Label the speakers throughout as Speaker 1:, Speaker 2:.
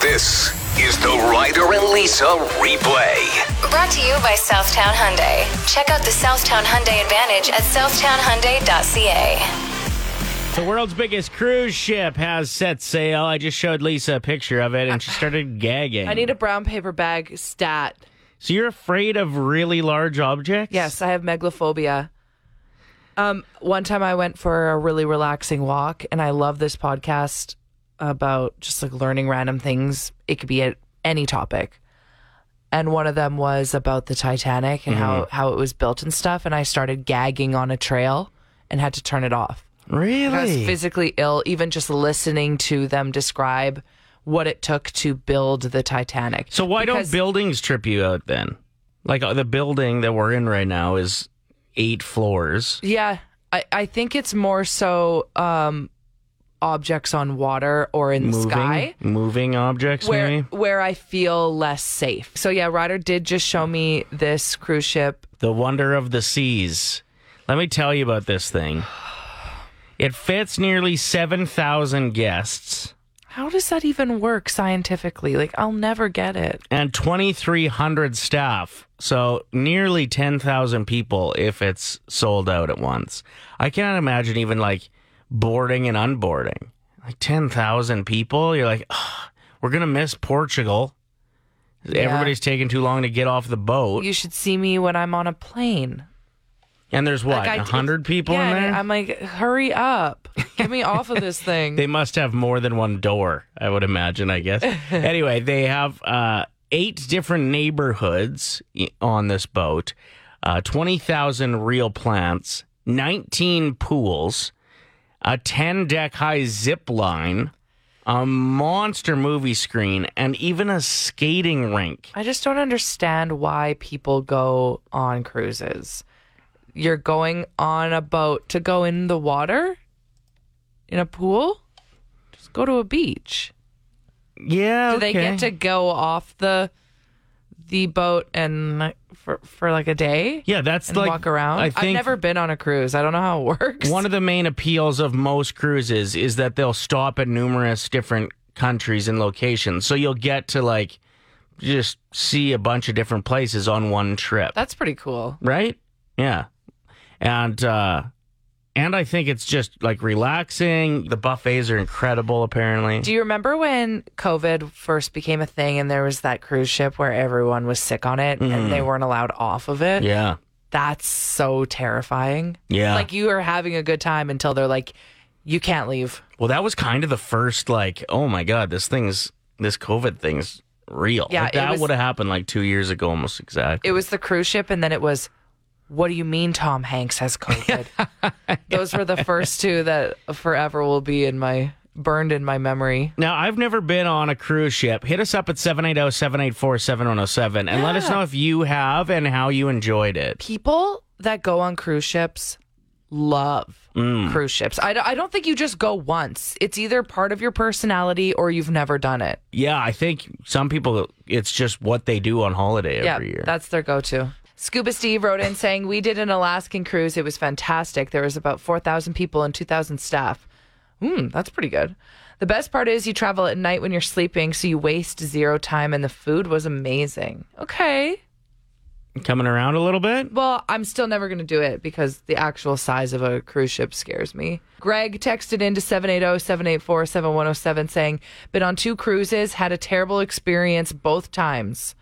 Speaker 1: This is the Ryder and Lisa replay.
Speaker 2: Brought to you by Southtown Hyundai. Check out the Southtown Hyundai Advantage at southtownhyundai.ca.
Speaker 3: The world's biggest cruise ship has set sail. I just showed Lisa a picture of it and she started gagging.
Speaker 4: I need a brown paper bag stat.
Speaker 3: so you're afraid of really large objects?
Speaker 4: Yes, I have megalophobia. Um, one time I went for a really relaxing walk, and I love this podcast about just like learning random things. It could be at any topic. And one of them was about the Titanic and how,
Speaker 3: Mm-hmm.
Speaker 4: how it was built and stuff. And I started gagging on a trail and had to turn it off. I was
Speaker 3: Really?
Speaker 4: physically ill, even just listening to them describe what it took to build the Titanic.
Speaker 3: so why
Speaker 4: Because-
Speaker 3: don't buildings trip you out then? Like uh, the building that we're in right now is eight floors.
Speaker 4: Yeah, I, I think it's more so um, objects on water or in the
Speaker 3: Moving,
Speaker 4: sky
Speaker 3: moving objects,
Speaker 4: where
Speaker 3: maybe.
Speaker 4: where I feel less safe. So yeah, Ryder did just show me this cruise ship.
Speaker 3: The wonder of the seas. Let me tell you about this thing. It fits nearly seven thousand guests.
Speaker 4: How does that even work scientifically? Like I'll never get it.
Speaker 3: and 2300 staff so nearly 10000 people if it's sold out at once i cannot imagine even like boarding and unboarding like 10000 people you're like "Ugh, we're gonna miss portugal everybody's taking too long to get off the boat
Speaker 4: You should see me when I'm on a plane.
Speaker 3: and there's what
Speaker 4: I-
Speaker 3: a 100 people
Speaker 4: yeah,
Speaker 3: in
Speaker 4: and
Speaker 3: there
Speaker 4: I'm like, hurry up, get me off of this thing.
Speaker 3: They must have more than one door, I would imagine, I guess. anyway, they have uh, eight different neighborhoods i- on this boat, uh, 20,000 real plants, 19 pools, a 10 deck high zip line, a monster movie screen, and even a skating rink.
Speaker 4: I just don't understand why people go on cruises. You're going on a boat to go in the water? In a pool? Just go to a beach.
Speaker 3: Yeah.
Speaker 4: Do they get to go off the the boat and like, for for like a day?
Speaker 3: Yeah, that's
Speaker 4: And
Speaker 3: like
Speaker 4: walk around?
Speaker 3: I think
Speaker 4: have never been on a cruise. I don't know how it works.
Speaker 3: One of the main appeals of most cruises is that they'll stop at numerous different countries and locations. So you'll get to like just see a bunch of different places on one trip.
Speaker 4: That's pretty cool.
Speaker 3: right? Yeah. And uh and I think it's just like relaxing. The buffets are incredible apparently.
Speaker 4: Do you remember when COVID first became a thing and there was that cruise ship where everyone was sick on it and
Speaker 3: Mm-hmm.
Speaker 4: they weren't allowed off of it?
Speaker 3: yeah.
Speaker 4: that's so terrifying.
Speaker 3: Yeah.
Speaker 4: Like you are having a good time until they're like, you can't leave.
Speaker 3: well, that was kind of the first like, oh my god, this thing's this COVID thing's real.
Speaker 4: Yeah,
Speaker 3: Like,
Speaker 4: it
Speaker 3: that
Speaker 4: was-
Speaker 3: would have happened like 2 years ago almost exactly.
Speaker 4: It was the cruise ship, and then it was, what do you mean Tom Hanks has COVID? Those were the first two that forever will be in my burned in my memory.
Speaker 3: Now, I've never been on a cruise ship. Hit us up at 780 784 7107 and let us know if you have and how you enjoyed it.
Speaker 4: People that go on cruise ships love cruise ships. I, d- I don't think you just go once. It's either part of your personality or you've never done it.
Speaker 3: Yeah, I think some people, it's just what they do on holiday every year.
Speaker 4: That's their go to. Scuba Steve wrote in saying, We did an Alaskan cruise. It was fantastic. There was about 4,000 people and 2,000 staff. Hmm, that's pretty good. The best part is you travel at night when you're sleeping, so you waste zero time, and the food was amazing. Okay.
Speaker 3: Coming around a little bit?
Speaker 4: Well, I'm still never going to do it because the actual size of a cruise ship scares me. Greg texted into oh, 780-784-7107 saying, "Been on two cruises, had a terrible experience both times.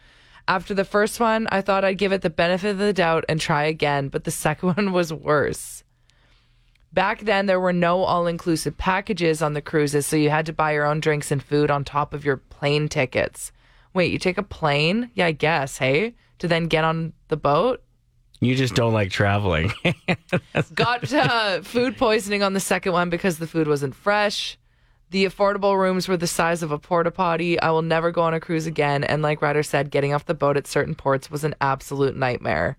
Speaker 4: After the first one, I thought I'd give it the benefit of the doubt and try again, but the second one was worse." Back then, there were no all inclusive packages on the cruises, so you had to buy your own drinks and food on top of your plane tickets. Wait, you take a plane? Yeah, I guess, hey? To then get on the boat?
Speaker 3: You just don't like traveling.
Speaker 4: got uh, food poisoning on the second one because the food wasn't fresh. The affordable rooms were the size of a porta potty. I will never go on a cruise again. And like Ryder said, getting off the boat at certain ports was an absolute nightmare.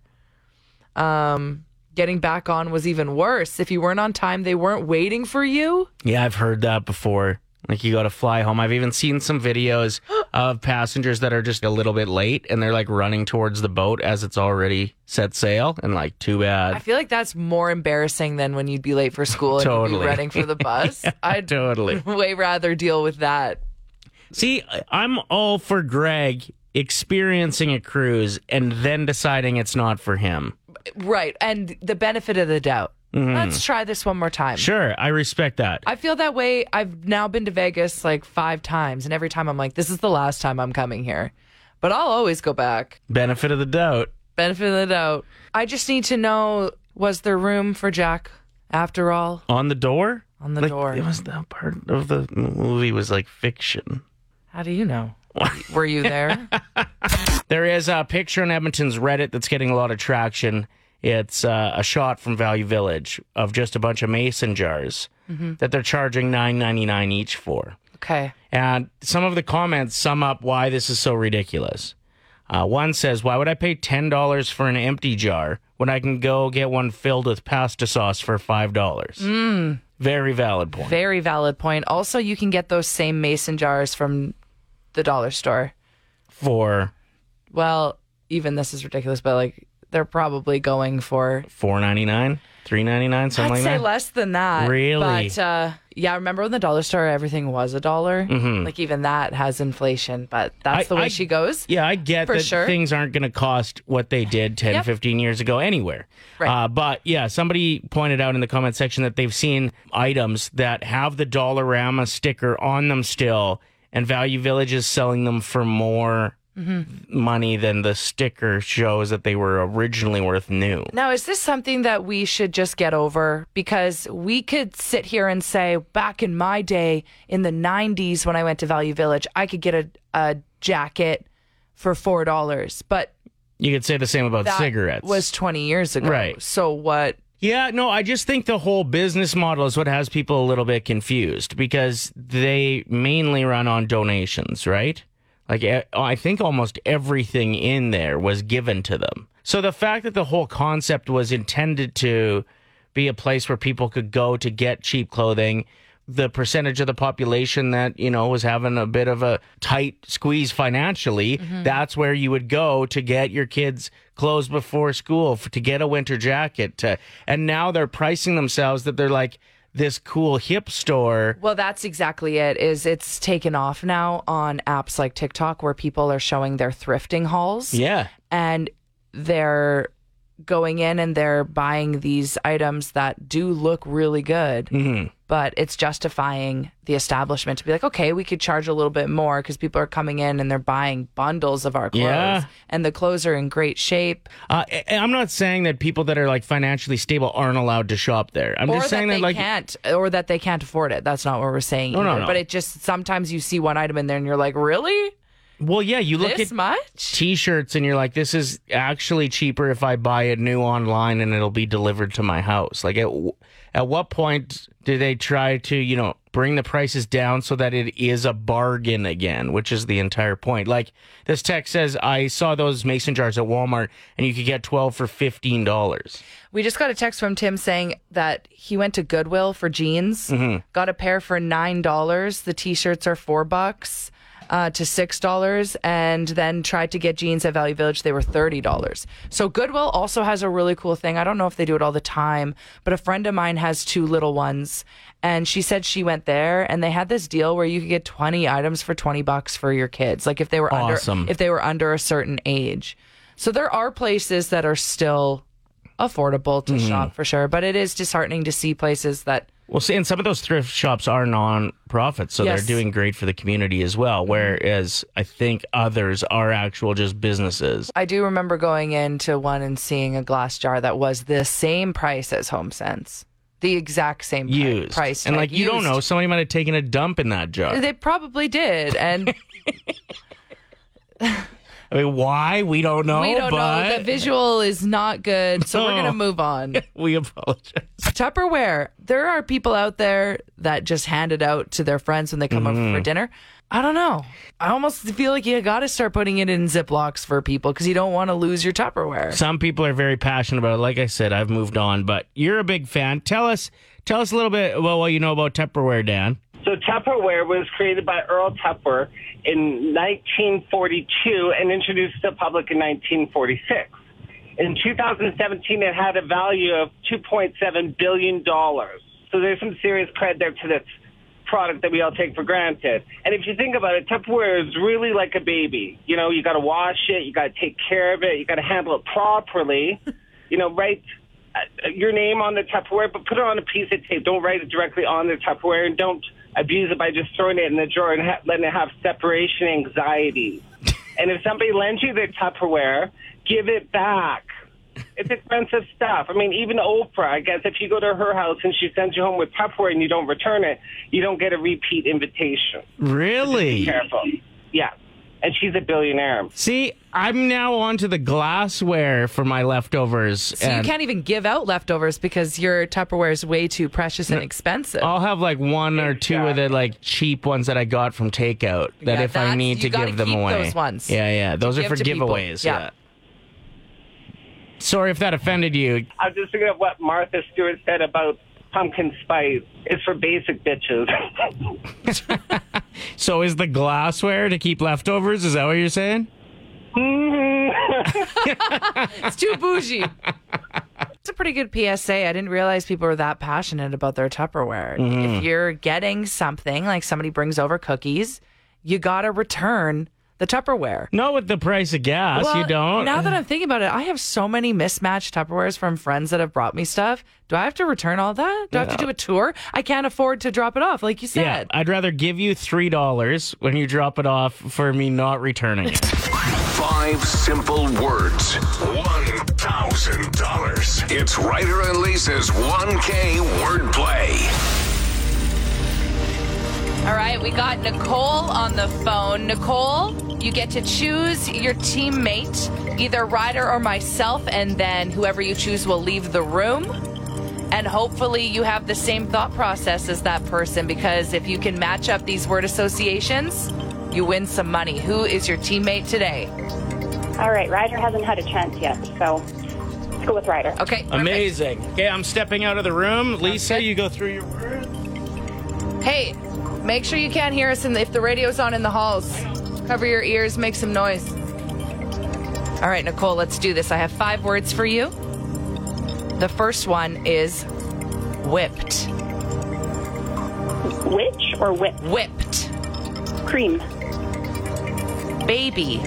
Speaker 4: Um, getting back on was even worse. If you weren't on time, they weren't waiting for you.
Speaker 3: yeah, I've heard that before. Like you got to fly home. I've even seen some videos of passengers that are just a little bit late and they're like running towards the boat as it's already set sail and like, too
Speaker 4: I
Speaker 3: bad.
Speaker 4: feel like that's more embarrassing than when you'd be late for school and you'd
Speaker 3: Totally.
Speaker 4: be running for the bus. I'd
Speaker 3: Totally.
Speaker 4: way rather deal with that.
Speaker 3: See, I- I'm all for Greg experiencing a cruise and then deciding it's not for him.
Speaker 4: Right. And the benefit of the doubt.
Speaker 3: Mm-hmm.
Speaker 4: Let's try this one more time.
Speaker 3: Sure, I respect that.
Speaker 4: I feel that way. I've now been to Vegas like five times, and every time I'm like, this is the last time I'm coming here. But I'll always go back.
Speaker 3: Benefit of the doubt.
Speaker 4: Benefit of the doubt. I just need to know was there room for Jack after all?
Speaker 3: On the door?
Speaker 4: On the
Speaker 3: Like,
Speaker 4: door.
Speaker 3: It was that part of the movie was like fiction.
Speaker 4: How do you know? Were you there?
Speaker 3: There is a picture on Edmonton's Reddit that's getting a lot of traction. It's uh, a shot from Value Village of just a bunch of mason jars
Speaker 4: Mm-hmm.
Speaker 3: that they're charging nine ninety nine each for.
Speaker 4: okay.
Speaker 3: And some of the comments sum up why this is so ridiculous. Uh, one says, Why would I pay $10 for an empty jar when I can go get one filled with pasta sauce for $5?
Speaker 4: Mm.
Speaker 3: Very valid point.
Speaker 4: Very valid point. Also, you can get those same mason jars from the dollar store.
Speaker 3: for
Speaker 4: Well, even this is ridiculous, but like they're probably going for
Speaker 3: $4.99, $3.99, something
Speaker 4: I'd
Speaker 3: like
Speaker 4: say
Speaker 3: that.
Speaker 4: less than that.
Speaker 3: Really?
Speaker 4: But uh, yeah, remember when the dollar store everything was a dollar? Like even that has inflation, but that's
Speaker 3: Mm-hmm. I-
Speaker 4: the way
Speaker 3: I-
Speaker 4: she goes.
Speaker 3: Yeah, I get
Speaker 4: For
Speaker 3: that
Speaker 4: sure.
Speaker 3: things aren't going to cost what they did 10,
Speaker 4: Yep.
Speaker 3: 15 years ago anywhere.
Speaker 4: Right.
Speaker 3: Uh, but yeah, somebody pointed out in the comment section that they've seen items that have the Dollarama sticker on them still, and Value Village is selling them for more
Speaker 4: Mm-hmm.
Speaker 3: money than the sticker shows that they were originally worth new.
Speaker 4: Now, is this something that we should just get over? Because we could sit here and say, back in my day in the 90s when I went to Value Village, I could get a, a jacket for $4, but
Speaker 3: You could say the same about
Speaker 4: that
Speaker 3: cigarettes.
Speaker 4: was 20 years ago.
Speaker 3: Right.
Speaker 4: So what?
Speaker 3: Yeah, no, I just think the whole business model is what has people a little bit confused because they mainly run on donations, right? Like, e- I think almost everything in there was given to them. So the fact that the whole concept was intended to be a place where people could go to get cheap clothing, the percentage of the population that, you know, was having a bit of a tight squeeze financially,
Speaker 4: Mm-hmm.
Speaker 3: that's where you would go to get your kids clothes before school, f to get a winter jacket. To, and now they're pricing themselves that they're like this cool hip store.
Speaker 4: Well, that's exactly it. Is it's taken off now on apps like TikTok where people are showing their thrifting hauls.
Speaker 3: Yeah.
Speaker 4: and they're going in and they're buying these items that do look really good
Speaker 3: Mm-hmm.
Speaker 4: but it's justifying the establishment to be like okay we could charge a little bit more because people are coming in and they're buying bundles of our clothes
Speaker 3: Yeah.
Speaker 4: and the clothes are in great shape
Speaker 3: Uh, I- I'm not saying that people that are like financially stable aren't allowed to shop there. I'm
Speaker 4: or
Speaker 3: just
Speaker 4: that
Speaker 3: saying
Speaker 4: they
Speaker 3: that, like,
Speaker 4: can't or that they can't afford it that's not what we're saying
Speaker 3: no,
Speaker 4: either.
Speaker 3: no.
Speaker 4: but it just sometimes you see one item in there and you're like really
Speaker 3: well, yeah, you look
Speaker 4: this
Speaker 3: at
Speaker 4: much
Speaker 3: t-shirts and you're like, this is actually cheaper if I buy it new online and it'll be delivered to my house. Like, at w- at what point do they try to, you know, bring the prices down so that it is a bargain again, which is the entire point? Like, this text says, I saw those mason jars at Walmart and you could get 12 for $15.
Speaker 4: We just got a text from Tim saying that he went to Goodwill for jeans, got a pair for nine dollars. The t-shirts are four bucks uh, to six dollars, and then tried to get jeans at Value Village. They were thirty dollars. So Goodwill also has a really cool thing. I don't know if they do it all the time, but a friend of mine has two little ones, and she said she went there and they had this deal where you could get twenty items for twenty bucks for your kids, like if they were
Speaker 3: Awesome.
Speaker 4: under if they were under a certain age. So there are places that are still affordable
Speaker 3: Mm-hmm.
Speaker 4: to shop for sure, but it is disheartening to see places that
Speaker 3: Well, see, and some of those thrift shops are non-profit, so
Speaker 4: Yes.
Speaker 3: they're doing great for the community as well. Whereas I think others are actual just businesses.
Speaker 4: I do remember going into one and seeing a glass jar that was the same price as HomeSense, the exact same pri-
Speaker 3: Used
Speaker 4: price.
Speaker 3: and
Speaker 4: tag,
Speaker 3: like you don't
Speaker 4: used.
Speaker 3: know, somebody might have taken a dump in that jar.
Speaker 4: They probably did, and
Speaker 3: I mean, why we don't know,
Speaker 4: we don't
Speaker 3: Oh, but
Speaker 4: know. The visual is not good, so we're
Speaker 3: No.
Speaker 4: gonna move on.
Speaker 3: we apologize.
Speaker 4: Tupperware. There are people out there that just hand it out to their friends when they come over for
Speaker 3: Mm-hmm.
Speaker 4: dinner. I don't know. I almost feel like you got to start putting it in Ziplocs for people because you don't want to lose your Tupperware.
Speaker 3: Some people are very passionate about it. Like I said, I've moved on, but you're a big fan. Tell us, tell us a little bit about what you know about Tupperware, Dan.
Speaker 5: So Tupperware was created by Earl Tupper in 1942 and introduced to the public in 1946. In 2017, it had a value of 2.7 billion dollars. So there's some serious cred there to this. product that we all take for granted. And if you think about it, Tupperware is really like a baby. You know, you got to wash it, you got to take care of it, you got to handle it properly. you know, write uh, your name on the Tupperware, but put it on a piece of tape. Don't write it directly on the Tupperware, and don't abuse it by just throwing it in the drawer and ha- letting it have separation anxiety. and if somebody lends you their Tupperware, give it back. It's expensive stuff. I mean, even Oprah, I guess if you go to her house and she sends you home with Tupperware and you don't return it, you don't get a repeat invitation.
Speaker 3: Really?
Speaker 5: Careful. Yeah. And she's a billionaire.
Speaker 3: See, I'm now onto the glassware for my leftovers.
Speaker 6: So you can't even give out leftovers because your Tupperware is way too precious and expensive.
Speaker 3: I'll have like one or two of the like cheap ones that I got from takeout. That
Speaker 6: Yeah,
Speaker 3: if I
Speaker 6: that's-
Speaker 3: need
Speaker 6: you
Speaker 3: to
Speaker 6: gotta
Speaker 3: give them
Speaker 6: keep
Speaker 3: away,
Speaker 6: those ones
Speaker 3: Yeah, yeah, those are
Speaker 6: give
Speaker 3: for
Speaker 6: to people.
Speaker 3: giveaways.
Speaker 6: Yeah.
Speaker 3: Yeah. Sorry if that offended you.
Speaker 5: I'm just thinking of what Martha Stewart said about pumpkin spice. It's for basic bitches.
Speaker 3: So is the glassware to keep leftovers? Is that what you're saying?
Speaker 6: It's too bougie. It's a pretty good PSA. I didn't realize people were that passionate about their Tupperware.
Speaker 3: Mm-hmm.
Speaker 6: If you're getting something, like somebody brings over cookies, you got to return the Tupperware.
Speaker 3: Not with the price of gas, you
Speaker 6: Well,
Speaker 3: don't.
Speaker 6: Now that I'm thinking about it, I have so many mismatched Tupperwares from friends that have brought me stuff. Do I have to return all that? Do I have to do a tour? I can't afford to drop it off, like you
Speaker 3: yeah,
Speaker 6: said.
Speaker 3: I'd rather give you three dollars when you drop it off for me not returning it.
Speaker 1: Five simple words. $1,000. It's Ryder and Lisa's 1K wordplay.
Speaker 4: All right, we got Nicole on the phone. Nicole, you get to choose your teammate, either Ryder or myself, and then whoever you choose will leave the room. And hopefully, you have the same thought process as that person because if you can match up these word associations, you win some money. Who is your teammate today?
Speaker 7: All right, Ryder hasn't had a chance yet, so let's go with Ryder.
Speaker 4: Okay. perfect.
Speaker 3: Amazing. Okay, I'm stepping out of the room. Lisa, you go through your words.
Speaker 4: Hey, make sure you can't hear us in the, if the radio's on in the halls. Cover your ears, make some noise. All right, Nicole, let's do this. I have five words for you. The first one is whipped.
Speaker 7: Which or whip?
Speaker 4: Whipped.
Speaker 7: Cream.
Speaker 4: Baby.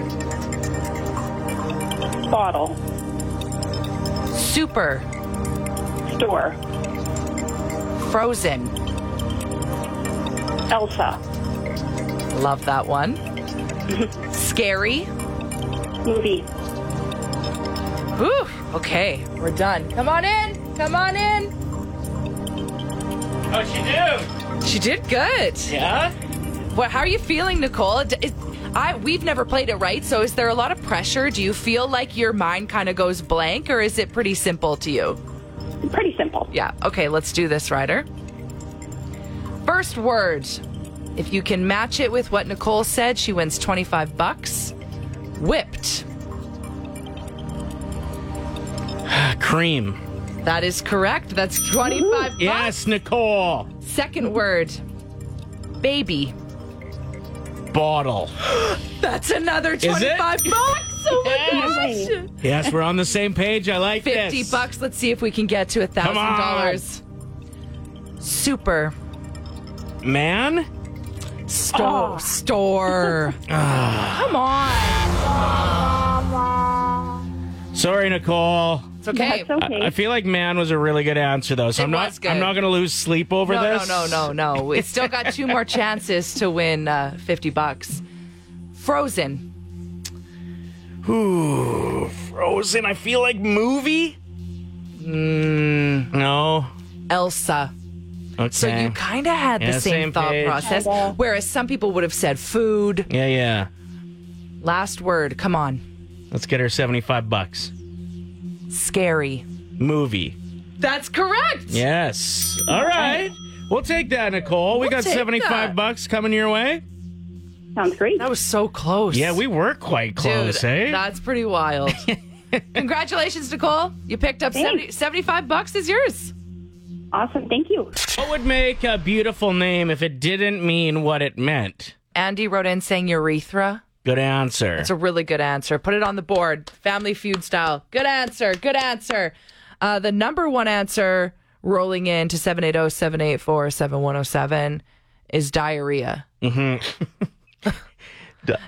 Speaker 7: Bottle.
Speaker 4: Super.
Speaker 7: Store.
Speaker 4: Frozen.
Speaker 7: Elsa.
Speaker 4: Love that one. Scary.
Speaker 7: Movie.
Speaker 4: Whew. Okay, we're done. Come on in. Come on in.
Speaker 3: Oh, she do.
Speaker 4: She did good.
Speaker 3: Yeah.
Speaker 4: Well, how are you feeling, Nicole? D- is- I we've never played it right, so is there a lot of pressure? Do you feel like your mind kind of goes blank, or is it pretty simple to you?
Speaker 7: Pretty simple.
Speaker 4: Yeah. Okay, let's do this, Ryder. First word. If you can match it with what Nicole said, she wins twenty-five bucks. Whipped.
Speaker 3: Cream.
Speaker 4: That is correct. That's twenty-five. bucks.
Speaker 3: Yes, Nicole.
Speaker 4: Second word. Baby.
Speaker 3: Bottle.
Speaker 4: That's another
Speaker 3: it?
Speaker 4: twenty-five bucks. Oh my
Speaker 7: Yes.
Speaker 4: gosh.
Speaker 3: Yes, we're on the same page. I like
Speaker 4: 50
Speaker 3: this.
Speaker 4: bucks. Let's see if we can get to a thousand
Speaker 3: Come on.
Speaker 4: dollars. Super
Speaker 3: Man?
Speaker 4: store
Speaker 3: Oh.
Speaker 4: store. Come on.
Speaker 3: Sorry, Nicole.
Speaker 4: It's okay.
Speaker 7: That's okay.
Speaker 3: I feel like man was a really good answer though, so
Speaker 4: It
Speaker 3: I'm
Speaker 4: was
Speaker 3: not
Speaker 4: good.
Speaker 3: I'm not gonna lose sleep over
Speaker 4: No, no,
Speaker 3: this.
Speaker 4: no, no, no. We still got two more chances to win uh, 50 bucks. Frozen.
Speaker 3: no. Ooh, frozen. I feel like movie. Mm, no.
Speaker 4: Elsa.
Speaker 3: Okay.
Speaker 4: So you kind of had the
Speaker 3: Yeah,
Speaker 4: same,
Speaker 3: same
Speaker 4: thought
Speaker 3: page.
Speaker 4: process,
Speaker 7: Kinda.
Speaker 4: whereas some people would have said food.
Speaker 3: yeah, yeah.
Speaker 4: Last word. Come on.
Speaker 3: Let's get her seventy five bucks.
Speaker 4: Scary.
Speaker 3: Movie.
Speaker 4: That's correct.
Speaker 3: Yes. All right. We'll take that, Nicole. we
Speaker 4: We'll
Speaker 3: got
Speaker 4: take
Speaker 3: 75
Speaker 4: that.
Speaker 3: bucks coming your way.
Speaker 7: Sounds great.
Speaker 4: That was so close.
Speaker 3: Yeah, we were quite close,
Speaker 4: Dude,
Speaker 3: eh?
Speaker 4: That's pretty wild. Congratulations, Nicole. You picked up 70,
Speaker 7: Thanks.
Speaker 4: 75 bucks is yours.
Speaker 7: Awesome. Thank you.
Speaker 3: What would make a beautiful name if it didn't mean what it meant?
Speaker 4: Andy wrote in saying urethra.
Speaker 3: Good answer.
Speaker 4: It's a really good answer. Put it on the board. Family feud style. Good answer. Good answer. Uh, oh, the number one answer rolling in to 780 784 7107 is diarrhea.
Speaker 3: D-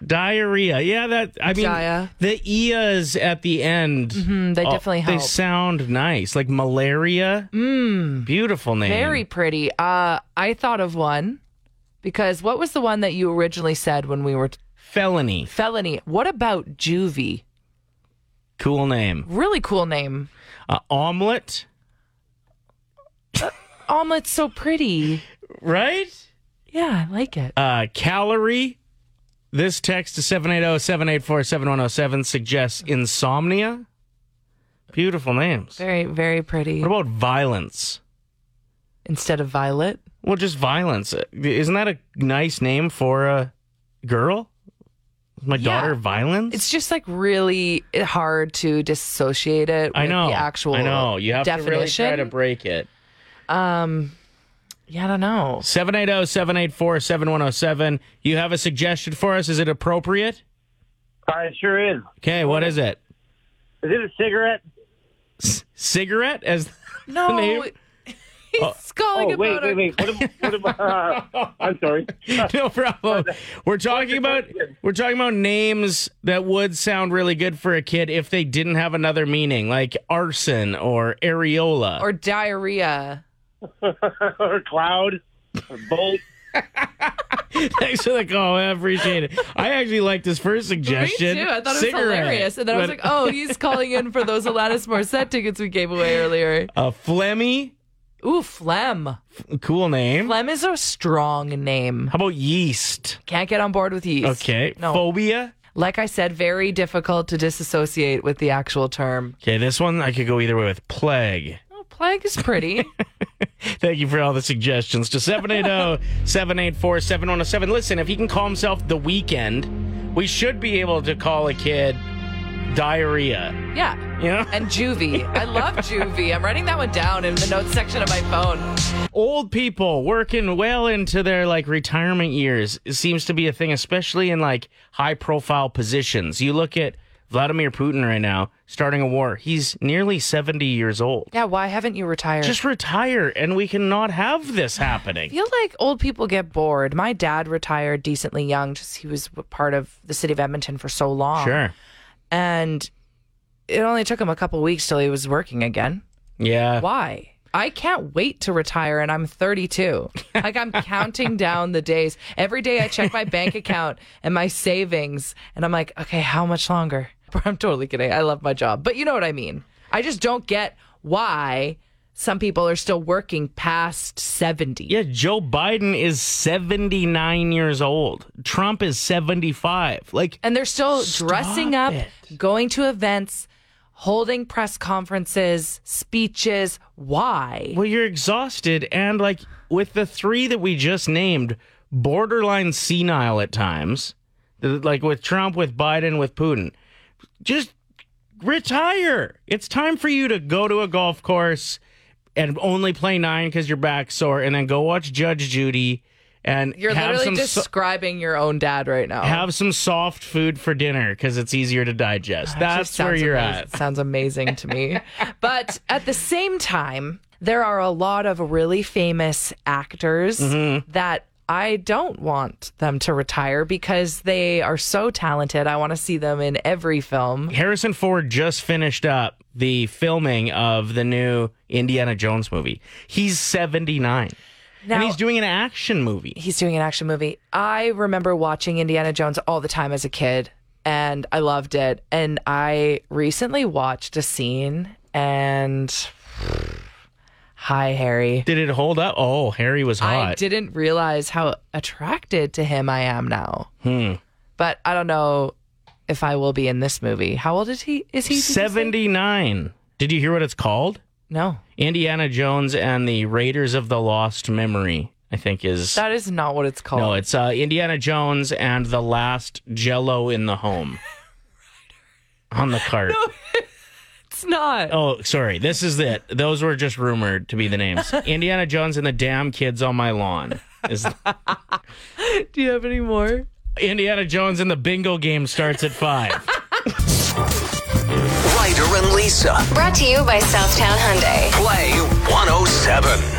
Speaker 3: diarrhea. Yeah, that I mean
Speaker 4: Dia.
Speaker 3: the ias at the end.
Speaker 4: Mm, They
Speaker 3: oh,
Speaker 4: definitely help.
Speaker 3: They sound nice, like malaria. Mm. Beautiful name.
Speaker 4: Very pretty. Uh, I thought of one because what was the one that you originally said when we were
Speaker 3: felony.
Speaker 4: felony? What about juvie?
Speaker 3: Cool name.
Speaker 4: Really cool name.
Speaker 3: Uh, omelet.
Speaker 4: Omelet's so pretty.
Speaker 3: Right.
Speaker 4: Yeah, I like it.
Speaker 3: Uh, calorie. This text to 780-784-7107 suggests insomnia. Beautiful names.
Speaker 4: Very, very pretty.
Speaker 3: What about violence?
Speaker 4: Instead of violet,
Speaker 3: Well, just violence. Isn't that a nice name for a girl? Is My
Speaker 4: Yeah.
Speaker 3: daughter, violence.
Speaker 4: it's just like really hard to dissociate it. With
Speaker 3: I know.
Speaker 4: the actual.
Speaker 3: I know. You have
Speaker 4: definition.
Speaker 3: to really try to break it.
Speaker 4: Um, yeah, I don't know.
Speaker 3: oh, 780-784-7107. You have a suggestion for us? Is it appropriate?
Speaker 5: Uh, it sure is.
Speaker 3: Okay, what is it?
Speaker 5: Is it a cigarette?
Speaker 3: C- cigarette as
Speaker 4: No,
Speaker 3: name-
Speaker 4: he's calling
Speaker 5: Oh,
Speaker 4: about
Speaker 5: wait,
Speaker 4: our-
Speaker 5: wait, wait. What ab- what about, uh, I'm sorry.
Speaker 3: no problem. We're talking about we're talking about names that would sound really good for a kid if they didn't have another meaning, like arson or areola.
Speaker 4: or diarrhea.
Speaker 5: or cloud, or bolt.
Speaker 3: Thanks for the call. I appreciate it. I actually liked this first suggestion.
Speaker 4: Me too. I thought it was
Speaker 3: Cigarette.
Speaker 4: hilarious. And then I was
Speaker 3: But-
Speaker 4: like, oh, he's calling in for those Alanis Morissette tickets we gave away earlier.
Speaker 3: a phlegmy,
Speaker 4: Ooh, Phlegm.
Speaker 3: cool name.
Speaker 4: Phlegm is a strong name.
Speaker 3: How about yeast?
Speaker 4: Can't get on board with yeast.
Speaker 3: Okay.
Speaker 4: No.
Speaker 3: Phobia.
Speaker 4: like I said, very difficult to disassociate with the actual term.
Speaker 3: Okay, this one I could go either way with plague.
Speaker 4: Oh, plague is pretty.
Speaker 3: Thank you for all the suggestions to oh, 780 784 7107. Listen, if he can call himself the weekend, we should be able to call a kid diarrhea.
Speaker 4: yeah.
Speaker 3: You know?
Speaker 4: And juvie. I love juvie. I'm writing that one down in the notes section of my phone.
Speaker 3: Old people working well into their like retirement years seems to be a thing, especially in like high profile positions. You look at Vladimir Putin right now starting a war, he's nearly 70 years old.
Speaker 4: Yeah, why haven't you retired?
Speaker 3: Just retire and we cannot have this happening.
Speaker 4: I feel like old people get bored. My dad retired decently young, just he was part of the city of Edmonton for so long.
Speaker 3: Sure.
Speaker 4: and it only took him a couple weeks till he was working again.
Speaker 3: Yeah.
Speaker 4: Why? I can't wait to retire and I'm 32. Like I'm counting down the days. Every day I check my bank account and my savings and I'm like, "Okay, how much longer?" I'm totally kidding. I love my job, but you know what I mean. I just don't get why some people are still working past 70.
Speaker 3: Yeah, Joe Biden is 79 years old. Trump is 75. Like,
Speaker 4: And they're still dressing up,
Speaker 3: it.
Speaker 4: going to events, holding press conferences, speeches. Why?
Speaker 3: well, you're exhausted. And, like, with the three that we just named, borderline senile at times, th- like with Trump, with Biden, with Putin, just retire. It's time for you to go to a golf course and only play nine because your back's sore, and then go watch Judge Judy and
Speaker 4: You're
Speaker 3: have some
Speaker 4: literally
Speaker 3: so-
Speaker 4: describing your own dad right now.
Speaker 3: have some soft food for dinner because it's easier to digest. That's where you're at.
Speaker 4: Sounds amazing to me. but at the same time, there are a lot of really famous actors
Speaker 3: Mm-hmm.
Speaker 4: that I don't want them to retire because they are so talented. I want to see them in every film.
Speaker 3: Harrison Ford just finished up the filming of the new Indiana Jones movie. He's 79. and
Speaker 4: Now-
Speaker 3: he's doing an action movie.
Speaker 4: he's doing an action movie. I remember watching Indiana Jones all the time as a kid and I loved it. And I recently watched a scene and hi Harry.
Speaker 3: Did it hold up? Oh, Harry was hot.
Speaker 4: I didn't realize how attracted to him I am now. Hmm. But I don't know if I will be in this movie. How old is he? Is he did you say?
Speaker 3: 79. Did you hear what it's called?
Speaker 4: No.
Speaker 3: Indiana Jones and the Raiders of the Lost Memory, I think is.
Speaker 4: That is not what it's called.
Speaker 3: no, it's uh, Indiana Jones and the Last Jello in the Home. On the cart.
Speaker 4: it's not.
Speaker 3: Oh, sorry. This is it. Those were just rumored to be the names. Indiana Jones and the Damn Kids on My Lawn. Is
Speaker 4: Do you have any more?
Speaker 3: Indiana Jones and the Bingo Game starts at five.
Speaker 1: Ryder and Lisa.
Speaker 2: Brought to you by Southtown Hyundai.
Speaker 1: oh Play 107.